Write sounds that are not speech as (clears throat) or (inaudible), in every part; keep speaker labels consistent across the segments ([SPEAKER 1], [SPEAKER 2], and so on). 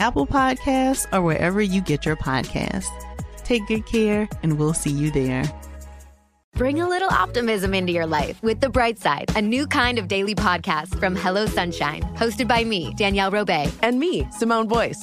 [SPEAKER 1] Apple Podcasts, or wherever you get your podcasts. Take good care, and we'll see you there.
[SPEAKER 2] Bring a little optimism into your life with The Bright Side, a new kind of daily podcast from Hello Sunshine, hosted by me, Danielle Robay.
[SPEAKER 3] And me, Simone Boyce.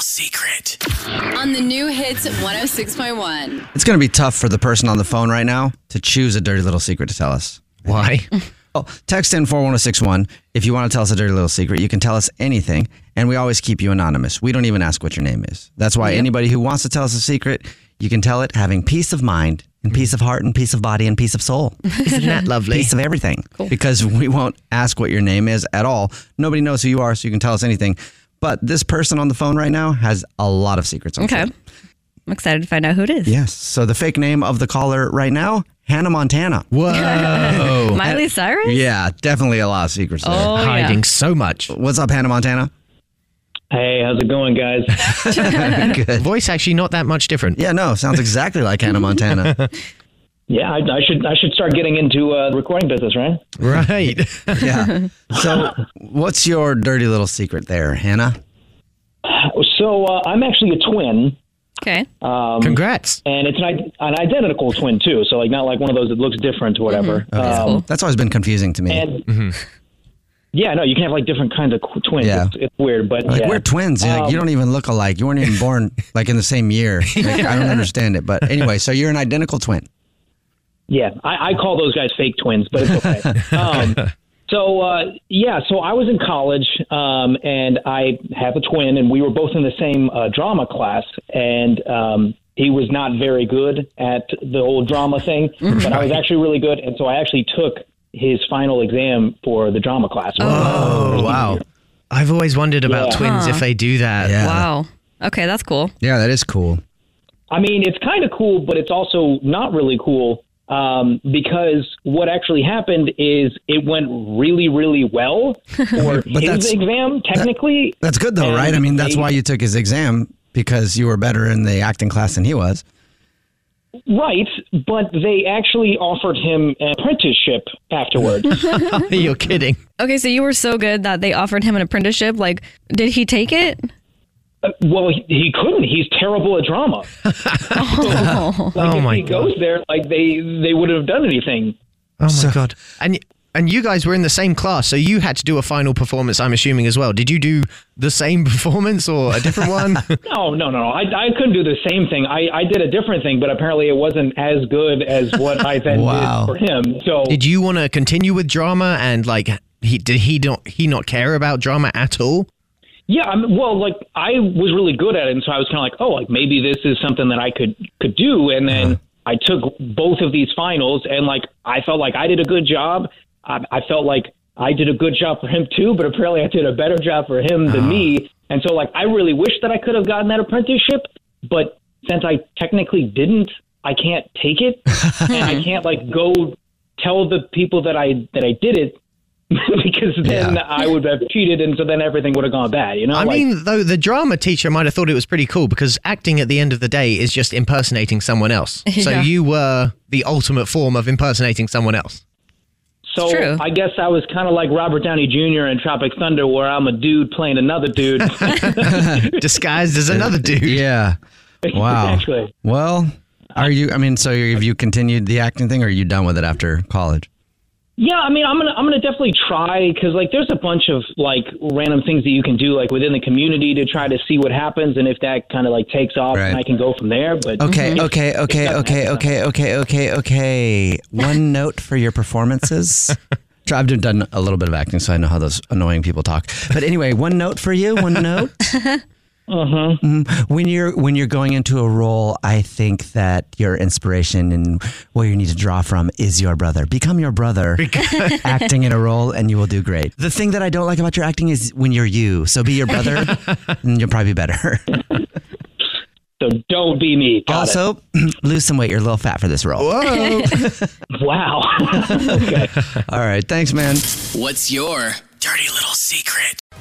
[SPEAKER 4] secret.
[SPEAKER 5] on the new hits 106.1.
[SPEAKER 6] It's going to be tough for the person on the phone right now to choose a dirty little secret to tell us.
[SPEAKER 4] Why?
[SPEAKER 6] (laughs) Oh, text in 41061 if you want to tell us a dirty little secret. You can tell us anything, and we always keep you anonymous. We don't even ask what your name is. That's why anybody who wants to tell us a secret, you can tell it having peace of mind and peace of heart and peace of body and peace of soul.
[SPEAKER 4] (laughs) Isn't
[SPEAKER 6] (laughs)
[SPEAKER 4] that lovely?
[SPEAKER 6] Piece of everything. Because we won't ask what your name is at all. Nobody knows who you are, so you can tell us anything. But this person on the phone right now has a lot of secrets. On
[SPEAKER 7] Okay.
[SPEAKER 6] foot.
[SPEAKER 7] I'm excited to find out who it is.
[SPEAKER 6] Yes. So the fake name of the caller right now, Hannah Montana.
[SPEAKER 4] Whoa.
[SPEAKER 7] Miley Cyrus?
[SPEAKER 6] Yeah, definitely a lot of secrets there.
[SPEAKER 7] Oh,
[SPEAKER 4] Hiding so much.
[SPEAKER 6] What's up, Hannah Montana?
[SPEAKER 8] Hey, how's it going, guys?
[SPEAKER 4] (laughs)
[SPEAKER 6] (laughs) Good.
[SPEAKER 4] Voice actually not that much different.
[SPEAKER 6] Yeah, no, sounds (laughs) exactly like Hannah Montana.
[SPEAKER 8] yeah, I, I should I should start getting into uh, recording business, right?
[SPEAKER 4] Right.
[SPEAKER 6] Yeah. So, what's your dirty little secret there, Hannah?
[SPEAKER 8] So uh, I'm actually a twin,
[SPEAKER 7] yeah. Okay.
[SPEAKER 4] (laughs)
[SPEAKER 8] um,
[SPEAKER 4] Congrats.
[SPEAKER 8] and it's an, id- an identical twin too. So like not like one of those that looks different or whatever. Um,
[SPEAKER 6] That's always been confusing to me.
[SPEAKER 8] And yeah, no, you can have like different kinds of qu- twins.
[SPEAKER 6] Yeah.
[SPEAKER 8] It's, it's weird, but
[SPEAKER 6] like
[SPEAKER 8] yeah. Um,
[SPEAKER 6] we're twins. You're like, you don't even look alike. You weren't even
[SPEAKER 8] (laughs)
[SPEAKER 6] born like in the same year. Like, I don't understand it. But anyway, so you're an identical twin.
[SPEAKER 8] Yeah, I, I call those guys fake twins, but it's
[SPEAKER 6] (laughs)
[SPEAKER 8] okay. um, so uh, yeah, so I was in college, um, and I have a twin, and we were both in the same uh, drama class, and um, he was not very good at the whole drama
[SPEAKER 6] (laughs)
[SPEAKER 8] thing, but I was actually really good, and so I actually took his final exam for the drama class.
[SPEAKER 6] Oh wow.
[SPEAKER 4] I've always wondered about
[SPEAKER 8] Yeah.
[SPEAKER 4] twins if they do that.
[SPEAKER 6] Yeah.
[SPEAKER 7] Wow. Okay, that's cool.
[SPEAKER 6] Yeah, that is cool.
[SPEAKER 8] I mean, it's kind of cool, but it's also not really cool um, because what actually happened is it went really, really well
[SPEAKER 6] (laughs)
[SPEAKER 8] for
[SPEAKER 6] But that's-
[SPEAKER 8] his exam, technically.
[SPEAKER 6] That's good though,
[SPEAKER 8] and
[SPEAKER 6] right? I mean, that's
[SPEAKER 8] they-
[SPEAKER 6] why you took his exam because you were better in the acting class than he was.
[SPEAKER 8] Right, but they actually offered him an apprenticeship afterwards.
[SPEAKER 4] You're kidding.
[SPEAKER 7] Okay, so you were so good that they offered him an apprenticeship. Like, did he take it?
[SPEAKER 8] Uh, well, he, he couldn't. He's terrible at drama.
[SPEAKER 7] Oh.
[SPEAKER 8] Like,
[SPEAKER 4] Oh
[SPEAKER 8] if
[SPEAKER 4] my
[SPEAKER 8] he
[SPEAKER 4] God.
[SPEAKER 8] goes there, like they they wouldn't have done anything.
[SPEAKER 4] Oh my god. And and you guys were in the same class, so you had to do a final performance, I'm assuming as well. Did you do the same (laughs) performance or a different one?
[SPEAKER 8] (laughs) No, no, no, no. I, I couldn't do the same thing. I, I did a different thing, but apparently it wasn't as good as what I then
[SPEAKER 6] Wow.
[SPEAKER 8] did for him. So
[SPEAKER 4] did you want to continue with drama and like he did he not he not care about drama at all?
[SPEAKER 8] Yeah, I'm, well, like I was really good at it, and so I was kind of like, oh, like maybe this is something that I could could do. And then
[SPEAKER 4] Uh-huh.
[SPEAKER 8] I took both of these finals, and like I felt like I did a good job. I, I felt like I did a good job for him too, but apparently I did a better job for him
[SPEAKER 4] Uh-huh.
[SPEAKER 8] than me. And so like I really wish that I could have gotten that apprenticeship, but since I technically didn't, I can't
[SPEAKER 4] (laughs)
[SPEAKER 8] take it, (laughs) and I can't like go tell the people that I that I did it because then I would have cheated, and so then everything would have gone bad. You know,
[SPEAKER 4] I
[SPEAKER 8] Like,
[SPEAKER 4] mean, though, the drama teacher might have thought it was pretty cool because acting at the end of the day is just impersonating someone else. So
[SPEAKER 8] Yeah.
[SPEAKER 4] you were the ultimate form of impersonating someone else.
[SPEAKER 8] So I guess I was kind of like Robert Downey Jr. in Tropic Thunder, where I'm a dude playing another dude.
[SPEAKER 4] (laughs) Disguised as another dude.
[SPEAKER 8] (laughs)
[SPEAKER 6] Yeah. Wow.
[SPEAKER 8] Exactly.
[SPEAKER 6] Well, are you? I mean, so have you continued the acting thing, or are you done with it after college?
[SPEAKER 8] yeah, I mean, I'm gonna I'm gonna definitely try because like there's a bunch of like random things that you can do like within the community to try to see what happens, and if that kind of like takes off, then I can go from there. But
[SPEAKER 6] Okay, okay, okay, okay, okay, okay, okay, okay.
[SPEAKER 8] (laughs)
[SPEAKER 6] One note for your performances. Try- I've done a little bit of acting, so I know how those annoying people talk. But anyway, one note for you.
[SPEAKER 8] (laughs)
[SPEAKER 6] One note.
[SPEAKER 8] Uh-huh.
[SPEAKER 6] When you're when you're going into a role, I think that your inspiration and where you need to draw from is your brother. Become your brother, (laughs) acting in a role, and you will do great. The thing that I don't like about your acting is when you're you. So be your brother, and you'll probably be better.
[SPEAKER 8] (laughs) So don't be me. Got
[SPEAKER 6] also, (clears throat) lose some weight. You're a little fat for this role. (laughs)
[SPEAKER 8] (laughs) wow. (laughs)
[SPEAKER 6] All right. Thanks, man.
[SPEAKER 9] What's your dirty little secret?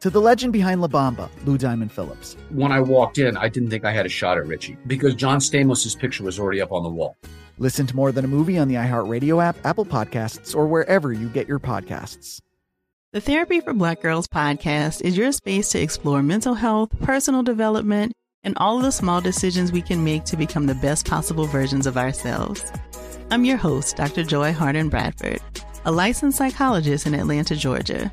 [SPEAKER 10] to the legend behind La Bamba, Lou Diamond Phillips.
[SPEAKER 11] When I walked in, I didn't think I had a shot at Richie because John Stamos's picture was already up on the wall.
[SPEAKER 10] Listen to More Than a Movie on the iHeartRadio app, Apple Podcasts, or wherever you get your podcasts.
[SPEAKER 1] The Therapy for Black Girls podcast is your space to explore mental health, personal development, and all of the small decisions we can make to become the best possible versions of ourselves. I'm your host, Dr. Joy Harden Bradford, a licensed psychologist in Atlanta, Georgia,